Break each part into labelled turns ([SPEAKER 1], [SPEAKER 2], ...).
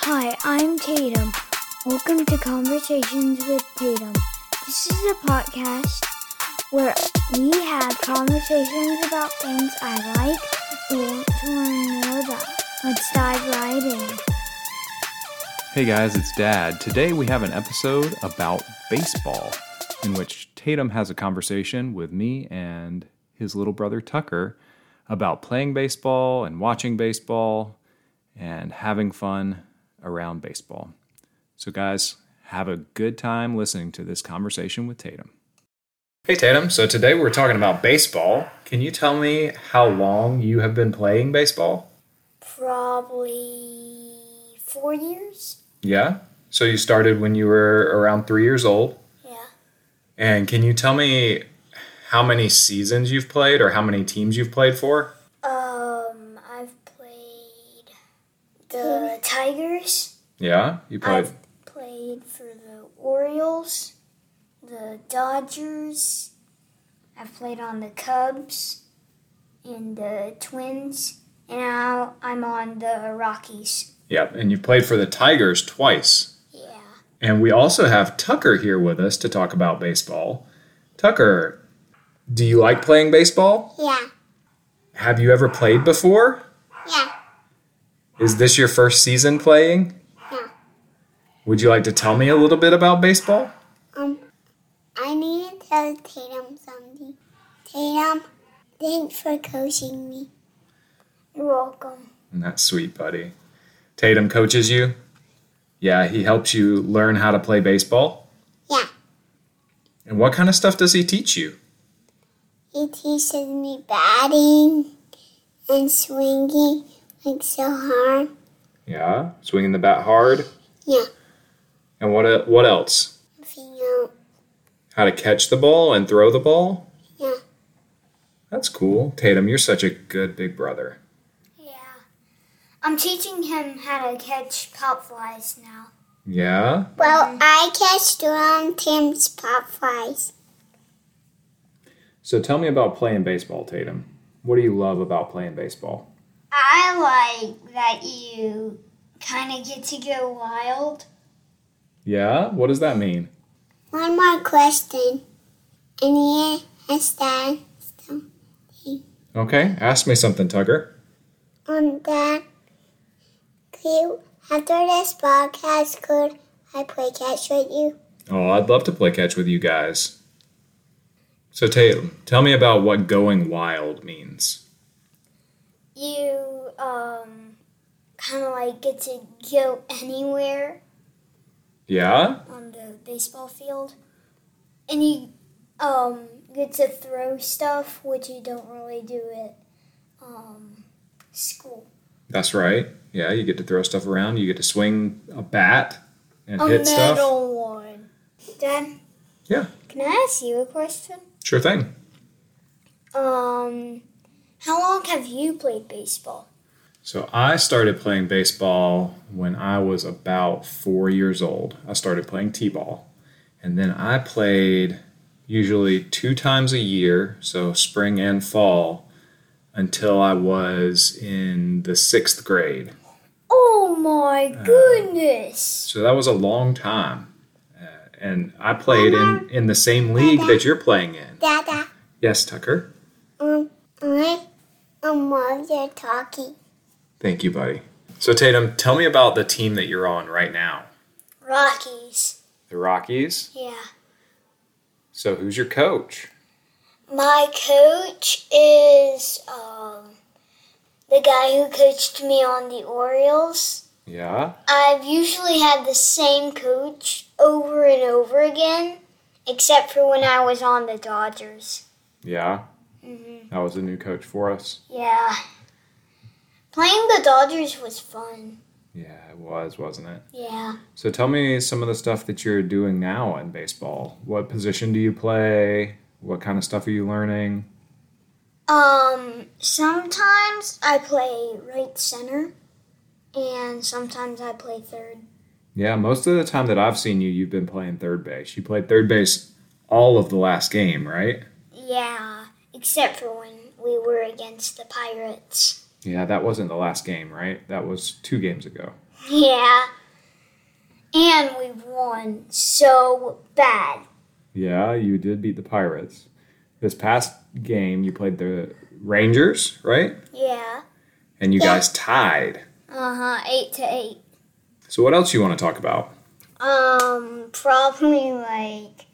[SPEAKER 1] Hi, I'm Tatum. Welcome to Conversations with Tatum. This is a podcast where we have conversations about things I like and want to learn more about. Let's dive right in.
[SPEAKER 2] Hey guys, it's Dad. Today we have an episode about baseball in which Tatum has a conversation with me and his little brother Tucker about playing baseball and watching baseball and having fun around baseball. So, guys, have a good time listening to this conversation with Tatum. Hey Tatum, so today we're talking about baseball. Can you tell me how long you have been playing baseball?
[SPEAKER 1] Probably four years?
[SPEAKER 2] Yeah. So you started when you were around three years old.
[SPEAKER 1] Yeah.
[SPEAKER 2] And can you tell me how many seasons you've played or how many teams you've played for?
[SPEAKER 1] Um, I've played the Tigers,
[SPEAKER 2] Yeah, you played.
[SPEAKER 1] I've played for the Orioles, the Dodgers, I've played on the Cubs and the Twins, and now I'm on the Rockies.
[SPEAKER 2] Yeah, and you played for the Tigers twice.
[SPEAKER 1] Yeah.
[SPEAKER 2] And we also have Tucker here with us to talk about baseball. Tucker, do you like playing baseball?
[SPEAKER 1] Yeah.
[SPEAKER 2] Have you ever played before?
[SPEAKER 1] Yeah.
[SPEAKER 2] Is this your first season playing?
[SPEAKER 1] Yeah.
[SPEAKER 2] Would you like to tell me a little bit about baseball?
[SPEAKER 3] Um, I need to tell Tatum something. Tatum, thanks for coaching me.
[SPEAKER 1] You're welcome.
[SPEAKER 2] And That's sweet, buddy. Tatum coaches you? Yeah, he helps you learn how to play baseball?
[SPEAKER 3] Yeah.
[SPEAKER 2] And what kind of stuff does he teach you?
[SPEAKER 3] He teaches me batting and swinging like so hard.
[SPEAKER 2] Yeah, swinging the bat hard.
[SPEAKER 3] Yeah.
[SPEAKER 2] And what uh, what else?
[SPEAKER 3] Nothing else.
[SPEAKER 2] How to catch the ball and throw the ball?
[SPEAKER 3] Yeah.
[SPEAKER 2] That's cool. Tatum, you're such a good big brother.
[SPEAKER 1] Yeah. I'm teaching him how to catch pop flies now.
[SPEAKER 2] Yeah.
[SPEAKER 3] Well, I catch around Tim's pop flies.
[SPEAKER 2] So tell me about playing baseball, Tatum. What do you love about playing baseball?
[SPEAKER 1] I like that you kind of get to go wild.
[SPEAKER 2] Yeah, what does that mean?
[SPEAKER 3] One more question. And he has that
[SPEAKER 2] Okay, ask me something, Tucker.
[SPEAKER 3] on that. Could you, after this podcast, could I play catch with you?
[SPEAKER 2] Oh, I'd love to play catch with you guys. So, Tatum, tell me about what going wild means.
[SPEAKER 1] you um kind of like get to go anywhere
[SPEAKER 2] Yeah?
[SPEAKER 1] on the baseball field and you um get to throw stuff which you don't really do at um school
[SPEAKER 2] That's right. Yeah, you get to throw stuff around, you get to swing a bat and
[SPEAKER 3] Oh,
[SPEAKER 2] hit stuff.
[SPEAKER 1] one dad
[SPEAKER 2] Yeah.
[SPEAKER 1] can i ask you a question
[SPEAKER 2] Sure thing.
[SPEAKER 1] um how long have you played baseball
[SPEAKER 2] So, I started playing baseball when I was about four years old. I started playing t ball. And then I played usually two times a year, so spring and fall, until I was in the sixth grade.
[SPEAKER 1] oh my
[SPEAKER 2] Uh.
[SPEAKER 1] goodness
[SPEAKER 2] So that was a long time. Uh, and I played in, in the same league that you're playing in.
[SPEAKER 3] Dada,
[SPEAKER 2] Yes, Tucker.
[SPEAKER 3] um, I um, love your talking.
[SPEAKER 2] Thank you, buddy. So, Tatum, tell me about the team that you're on right now
[SPEAKER 1] rockies
[SPEAKER 2] the Rockies.
[SPEAKER 1] yeah
[SPEAKER 2] So, who's your coach?
[SPEAKER 1] My coach is um, the guy who coached me on the Orioles.
[SPEAKER 2] Yeah.
[SPEAKER 1] I've usually had the same coach over and over again, except for when I was on the Dodgers.
[SPEAKER 2] Yeah.
[SPEAKER 1] Mm-hmm.
[SPEAKER 2] That was a new coach for us.
[SPEAKER 1] Yeah. Playing the Dodgers was fun.
[SPEAKER 2] Yeah, it was, wasn't it?
[SPEAKER 1] Yeah.
[SPEAKER 2] So, tell me some of the stuff that you're doing now in baseball. What position do you play? What kind of stuff are you learning?
[SPEAKER 1] Um, sometimes I play right center, and sometimes I play third.
[SPEAKER 2] Yeah, most of the time that I've seen you, you've been playing third base. You played third base all of the last game, right?
[SPEAKER 1] Yeah, except for when we were against the Pirates.
[SPEAKER 2] Yeah, that wasn't the last game, right? That was two games ago.
[SPEAKER 1] Yeah,
[SPEAKER 3] And we won so bad.
[SPEAKER 2] Yeah, you did beat the Pirates. This past game, you played the Rangers, right?
[SPEAKER 3] Yeah.
[SPEAKER 2] And you guys tied.
[SPEAKER 3] Uh huh. Eight to eight.
[SPEAKER 2] So what else you want to talk about?
[SPEAKER 3] Um, probably like,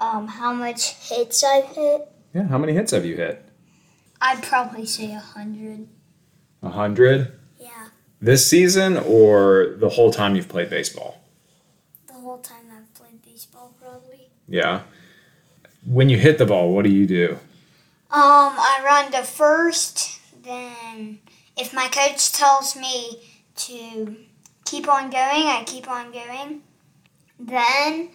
[SPEAKER 3] um, how much hits I've hit.
[SPEAKER 2] Yeah, how many hits have you hit?
[SPEAKER 3] I'd probably say a hundred.
[SPEAKER 2] A hundred.
[SPEAKER 3] Yeah.
[SPEAKER 2] This season or the whole time you've played baseball?
[SPEAKER 3] The whole time I've played baseball, probably.
[SPEAKER 2] Yeah. When you hit the ball, what do you do?
[SPEAKER 3] Um, I run to first. Then, if my coach tells me to keep on going, I keep on going. Then,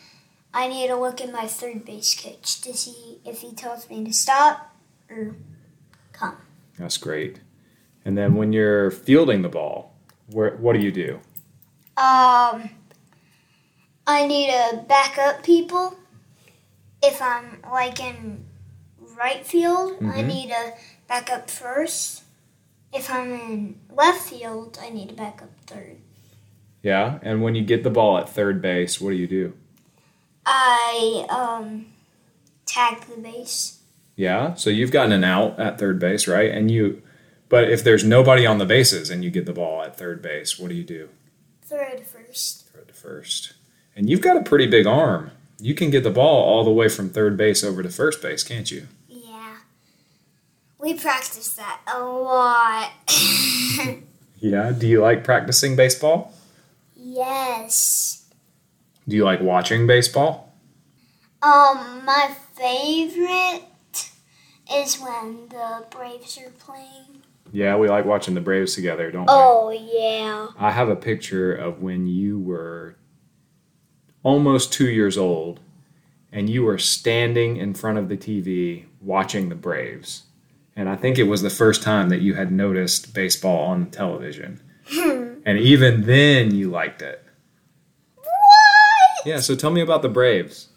[SPEAKER 3] I need to look at my third base coach to see if he tells me to stop or come.
[SPEAKER 2] That's great. And then when you're fielding the ball, where, what do you do?
[SPEAKER 3] Um, I need to back up people. If I'm like in right field, I need to back up first. If I'm in left field, I need to back up third.
[SPEAKER 2] Yeah. And when you get the ball at third base, what do you do?
[SPEAKER 3] I um tag the base.
[SPEAKER 2] Yeah. So you've gotten an out at third base, right? And you, but if there's nobody on the bases and you get the ball at third base, what do you do?
[SPEAKER 3] Throw to first.
[SPEAKER 2] Throw it to first. And you've got a pretty big arm. You can get the ball all the way from third base over to first base, can't you?
[SPEAKER 3] Yeah. We practice that a lot.
[SPEAKER 2] Yeah. Do you like practicing baseball?
[SPEAKER 3] yes.
[SPEAKER 2] Do you like watching baseball?
[SPEAKER 3] Um, my favorite is when the Braves are playing.
[SPEAKER 2] Yeah, we like watching the Braves together, don't
[SPEAKER 3] Oh yeah.
[SPEAKER 2] we? I have a picture of when you were almost two years old and you were standing in front of the TV watching the Braves. And I think it was the first time that you had noticed baseball on television. and even then, you liked it.
[SPEAKER 3] What?
[SPEAKER 2] Yeah, so tell me about the Braves.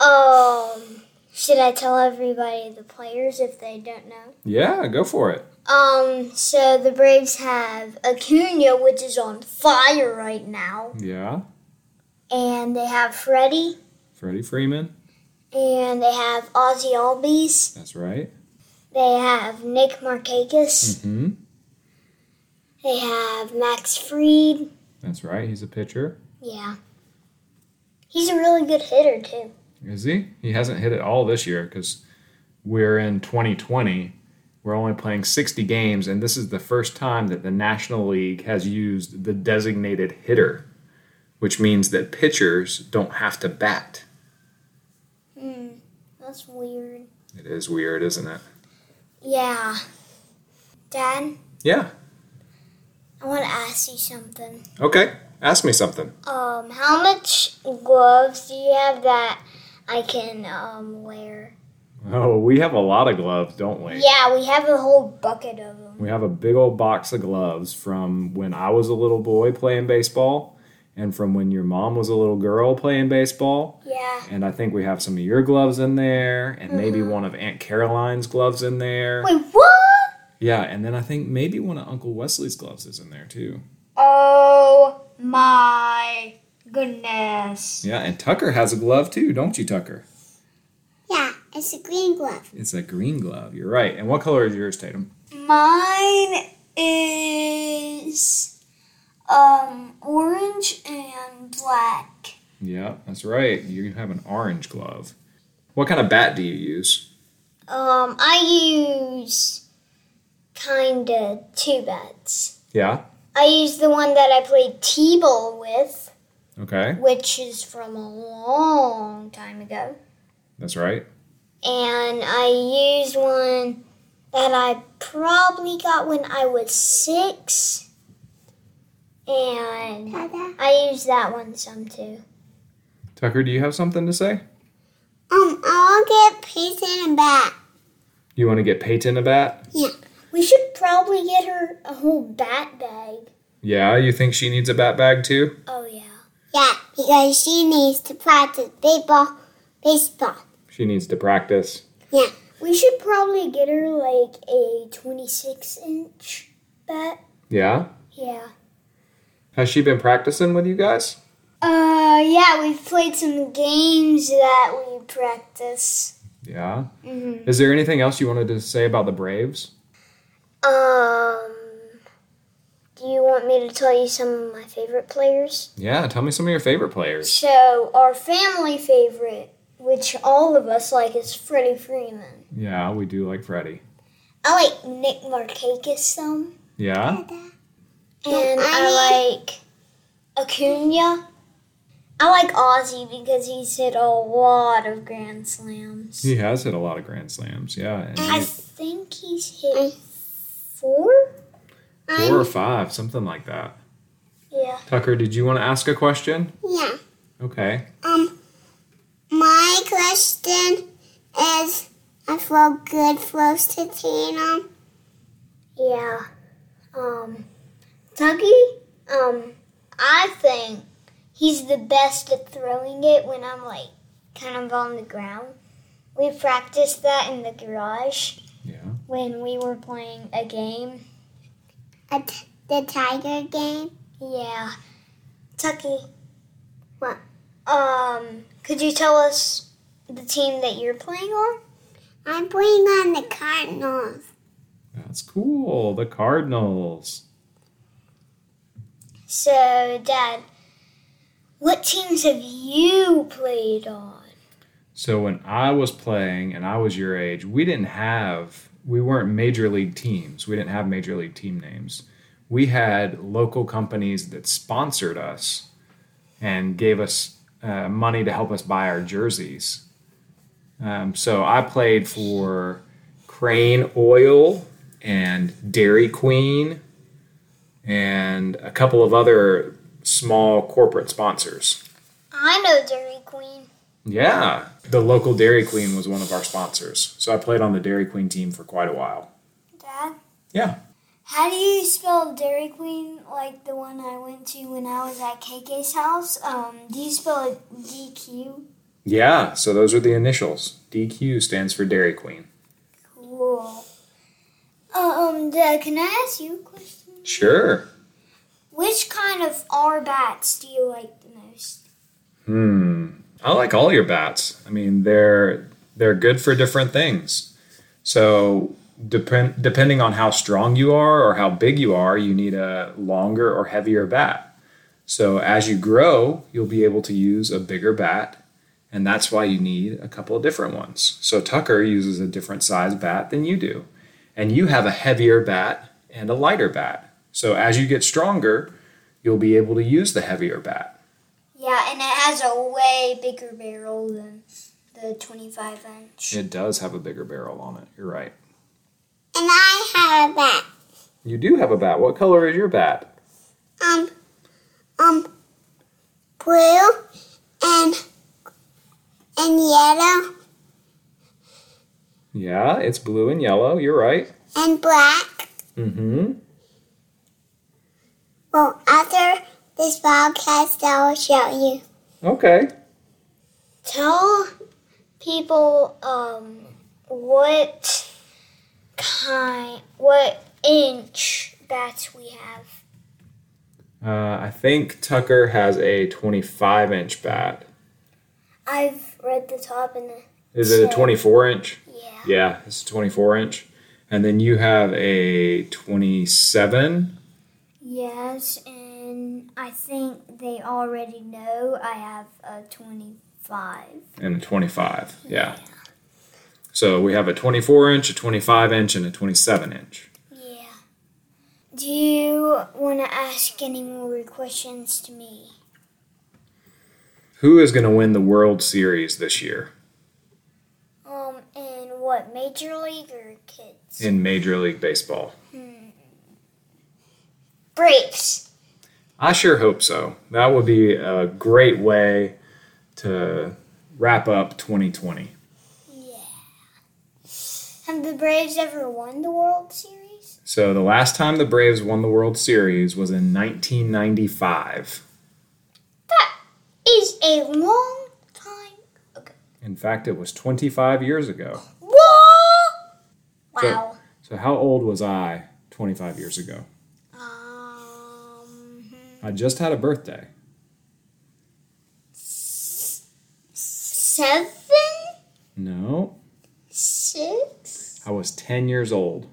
[SPEAKER 3] Um, should I tell everybody the players if they don't know?
[SPEAKER 2] Yeah, go for it.
[SPEAKER 3] Um, so the Braves have Acuna, which is on fire right now,
[SPEAKER 2] Yeah.
[SPEAKER 3] and they have Freddie,
[SPEAKER 2] Freddie Freeman.
[SPEAKER 3] and they have Ozzy Albies,
[SPEAKER 2] That's right.
[SPEAKER 3] they have Nick Markakis,
[SPEAKER 2] Hmm.
[SPEAKER 3] they have Max Fried.
[SPEAKER 2] That's right. He's a pitcher.
[SPEAKER 3] Yeah. He's a really good hitter, too.
[SPEAKER 2] Is he? He hasn't hit it all this year because we're in 2020. We're only playing 60 games, and this is the first time that the National League has used the designated hitter, which means that pitchers don't have to bat.
[SPEAKER 3] Hmm, that's weird.
[SPEAKER 2] It is weird, isn't it?
[SPEAKER 3] Yeah. Dad,
[SPEAKER 2] Yeah.
[SPEAKER 3] I want to ask you something.
[SPEAKER 2] Okay. Ask me something.
[SPEAKER 3] Um, how much gloves do you have that I can, um, wear?
[SPEAKER 2] Oh, we have a lot of gloves, don't we?
[SPEAKER 3] Yeah, we have a whole bucket of them.
[SPEAKER 2] We have a big old box of gloves from when I was a little boy playing baseball and from when your mom was a little girl playing baseball.
[SPEAKER 3] Yeah.
[SPEAKER 2] And I think we have some of your gloves in there, and maybe one of Aunt Caroline's gloves in there.
[SPEAKER 3] Wait, what?
[SPEAKER 2] Yeah, and then I think maybe one of Uncle Wesley's gloves is in there too.
[SPEAKER 3] Oh my goodness.
[SPEAKER 2] Yeah, and Tucker has a glove too, don't you, Tucker?
[SPEAKER 1] Yeah, it's a green glove.
[SPEAKER 2] It's a green glove. You're right. And what color is yours, Tatum?
[SPEAKER 3] Mine is um orange and black.
[SPEAKER 2] Yeah, that's right. You have an orange glove. What kind of bat do you use?
[SPEAKER 3] Um I use kind of two bats.
[SPEAKER 2] Yeah.
[SPEAKER 3] I use the one that I played T-ball with,
[SPEAKER 2] Okay.
[SPEAKER 3] which is from a long time ago.
[SPEAKER 2] That's right.
[SPEAKER 3] and I used one that I probably got when I was six. And
[SPEAKER 1] Dada.
[SPEAKER 3] I use that one some too.
[SPEAKER 2] Tucker, do you have something to say?
[SPEAKER 1] Um, I'll get Peyton and bat.
[SPEAKER 2] You want to get Peyton a bat?
[SPEAKER 3] We should probably get her a whole bat bag.
[SPEAKER 2] Yeah, you think she needs a bat bag too?
[SPEAKER 3] Oh, yeah.
[SPEAKER 1] Yeah, because she needs to practice baseball. Baseball.
[SPEAKER 2] She needs to practice.
[SPEAKER 3] We should probably get her like a 26 inch bat.
[SPEAKER 2] Yeah.
[SPEAKER 3] Yeah.
[SPEAKER 2] Has she been practicing with you guys?
[SPEAKER 3] Uh, yeah, we've played some games that we practice.
[SPEAKER 2] Yeah. Is there anything else you wanted to say about the Braves?
[SPEAKER 3] Um, do you want me to tell you some of Um, my favorite players?
[SPEAKER 2] Yeah, tell me some of your favorite players.
[SPEAKER 3] So, our family favorite, which all of us like, is Freddie Freeman.
[SPEAKER 2] Yeah, we do like Freddie.
[SPEAKER 3] I like Nick Markakis some,
[SPEAKER 2] Yeah?
[SPEAKER 3] and I
[SPEAKER 1] I
[SPEAKER 3] like Acuna. I like Ozzy because he's hit a lot of grand slams.
[SPEAKER 2] He has hit a lot of grand slams. Yeah. And
[SPEAKER 3] I
[SPEAKER 2] he-
[SPEAKER 3] think he's hit four.
[SPEAKER 2] four or five, something like that.
[SPEAKER 3] Yeah.
[SPEAKER 2] Tucker, did you want to ask a question?
[SPEAKER 1] Yeah.
[SPEAKER 2] Okay.
[SPEAKER 1] Um, my question is, I feel good flows to Tatum.
[SPEAKER 3] Yeah. Um, Dougie, um, I think he's the best at throwing it when I'm like kind of on the ground. We practiced that in the garage
[SPEAKER 2] Yeah.
[SPEAKER 3] when we were playing a game.
[SPEAKER 1] At the Tiger game.
[SPEAKER 3] Yeah. Tucky.
[SPEAKER 1] What?
[SPEAKER 3] Um, could you tell us the team that you're playing on?
[SPEAKER 1] I'm playing on the Cardinals.
[SPEAKER 2] That's cool. The Cardinals.
[SPEAKER 3] So, Dad, what teams have you played on?
[SPEAKER 2] So when I was playing and I was your age, we didn't have we weren't major league teams. We didn't have major league team names. We had local companies that sponsored us and gave us uh, money to help us buy our jerseys. Um, so I played for Crane Oil and Dairy Queen and a couple of other small corporate sponsors.
[SPEAKER 3] I know Dairy Queen.
[SPEAKER 2] Yeah. The local Dairy Queen was one of our sponsors. So I played on the Dairy Queen team for quite a while.
[SPEAKER 3] Dad?
[SPEAKER 2] Yeah.
[SPEAKER 3] How do you spell Dairy Queen like the one I went to when I was at KK's house? Um, do you spell it DQ?
[SPEAKER 2] Yeah. So those are the initials. DQ stands for Dairy Queen.
[SPEAKER 3] Cool. Um, Dad, can I ask you a question?
[SPEAKER 2] Sure.
[SPEAKER 3] Which kind of R bats do you like the most?
[SPEAKER 2] Hmm. I like all your bats. I mean, they're they're good for different things. So depend depending on how strong you are or how big you are, you need a longer or heavier bat. So as you grow, you'll be able to use a bigger bat, and that's why you need a couple of different ones. So Tucker uses a different size bat than you do, and you have a heavier bat and a lighter bat. So as you get stronger, you'll be able to use the heavier bat.
[SPEAKER 3] Yeah, and it has a way bigger barrel than the 25 inch.
[SPEAKER 2] It does have a bigger barrel on it. You're right.
[SPEAKER 1] And I have a bat.
[SPEAKER 2] You do have a bat. What color is your bat?
[SPEAKER 1] Um, um, blue and and yellow
[SPEAKER 2] Yeah, it's blue and yellow. You're right.
[SPEAKER 1] and black.
[SPEAKER 2] Mm-hmm.
[SPEAKER 1] Well, after this podcast, I will show you.
[SPEAKER 2] Okay.
[SPEAKER 3] Tell people um, what kind, what inch bats we have.
[SPEAKER 2] Uh, I think Tucker has a 25 inch bat.
[SPEAKER 3] I've read the top and the
[SPEAKER 2] Is it a
[SPEAKER 3] Sure.
[SPEAKER 2] 24 inch?
[SPEAKER 3] yeah.
[SPEAKER 2] Yeah, it's a 24 inch. And then you have a 27.
[SPEAKER 3] Yes, and I think they already know I have a twenty-five.
[SPEAKER 2] and a 25. Yeah. So we have a 24 inch, a 25 inch, and a 27 inch.
[SPEAKER 3] Yeah. Do you want to ask any more questions to me?
[SPEAKER 2] Who is going to win the World Series this year
[SPEAKER 3] Um, and what major league or kids?
[SPEAKER 2] in Major League Baseball?
[SPEAKER 3] Braves.
[SPEAKER 2] I sure hope so. That would be a great way to wrap up 2020.
[SPEAKER 3] Have the Braves ever won the World Series?
[SPEAKER 2] So, the last time the Braves won the World Series was in 1995.
[SPEAKER 3] That is a long time.
[SPEAKER 2] In fact, it was 25 years ago.
[SPEAKER 3] Whoa!
[SPEAKER 2] So-
[SPEAKER 3] Wow.
[SPEAKER 2] So, how old was I 25 years ago?
[SPEAKER 3] Um.
[SPEAKER 2] I just had a birthday.
[SPEAKER 3] seven,
[SPEAKER 2] No,
[SPEAKER 3] six.
[SPEAKER 2] I was 10 years old.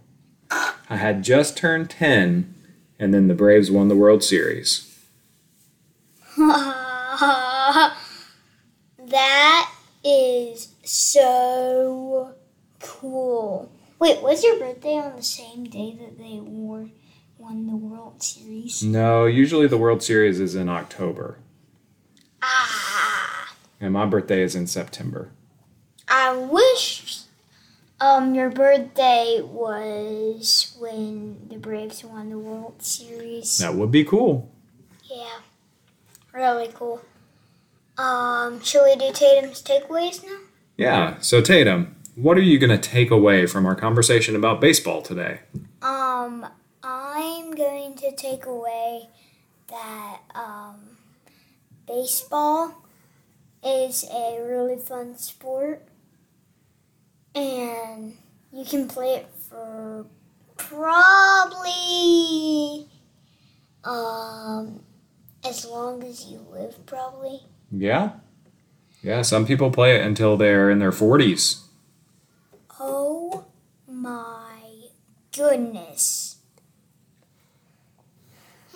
[SPEAKER 2] I had just turned 10, and then the Braves won the World Series.
[SPEAKER 3] that is so cool. Wait, was your birthday on the same day that they wore, won the World Series?
[SPEAKER 2] No, usually the World Series is in October,
[SPEAKER 3] Ah,
[SPEAKER 2] and my birthday is in September.
[SPEAKER 3] I wish um your birthday was when the Braves won the World Series.
[SPEAKER 2] That would be cool.
[SPEAKER 3] Yeah, really cool. Um, should we do Tatum's takeaways now?
[SPEAKER 2] Yeah, so Tatum, what are you going to take away from our conversation about baseball today?
[SPEAKER 3] Um, I'm going to take away that um, baseball is a really fun sport, and you can play it for probably um, as long as you live, probably.
[SPEAKER 2] Yeah? Yeah, some people play it until they're in their 40s.
[SPEAKER 3] Oh my goodness.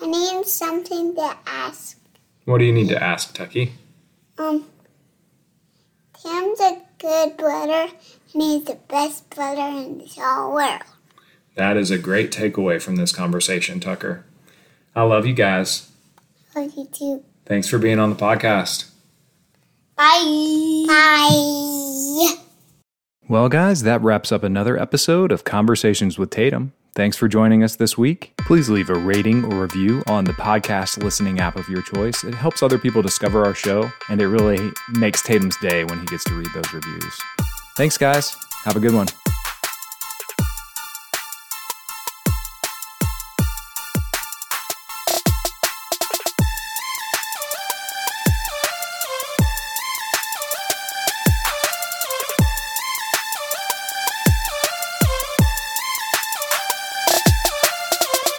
[SPEAKER 4] I need something to ask.
[SPEAKER 2] What do you need to ask, Tucky?
[SPEAKER 4] Um, Tim's a good brother, and he's the best brother in this whole world.
[SPEAKER 2] That is a great takeaway from this conversation, Tucker. I love you guys.
[SPEAKER 4] Love you too.
[SPEAKER 2] Thanks for being on the podcast.
[SPEAKER 3] Bye.
[SPEAKER 4] Bye.
[SPEAKER 2] Well, guys, that wraps up another episode of Conversations with Tatum. Thanks for joining us this week. Please leave a rating or review on the podcast listening app of your choice. It helps other people discover our show, and it really makes Tatum's day when he gets to read those reviews. Thanks, guys. Have a good one.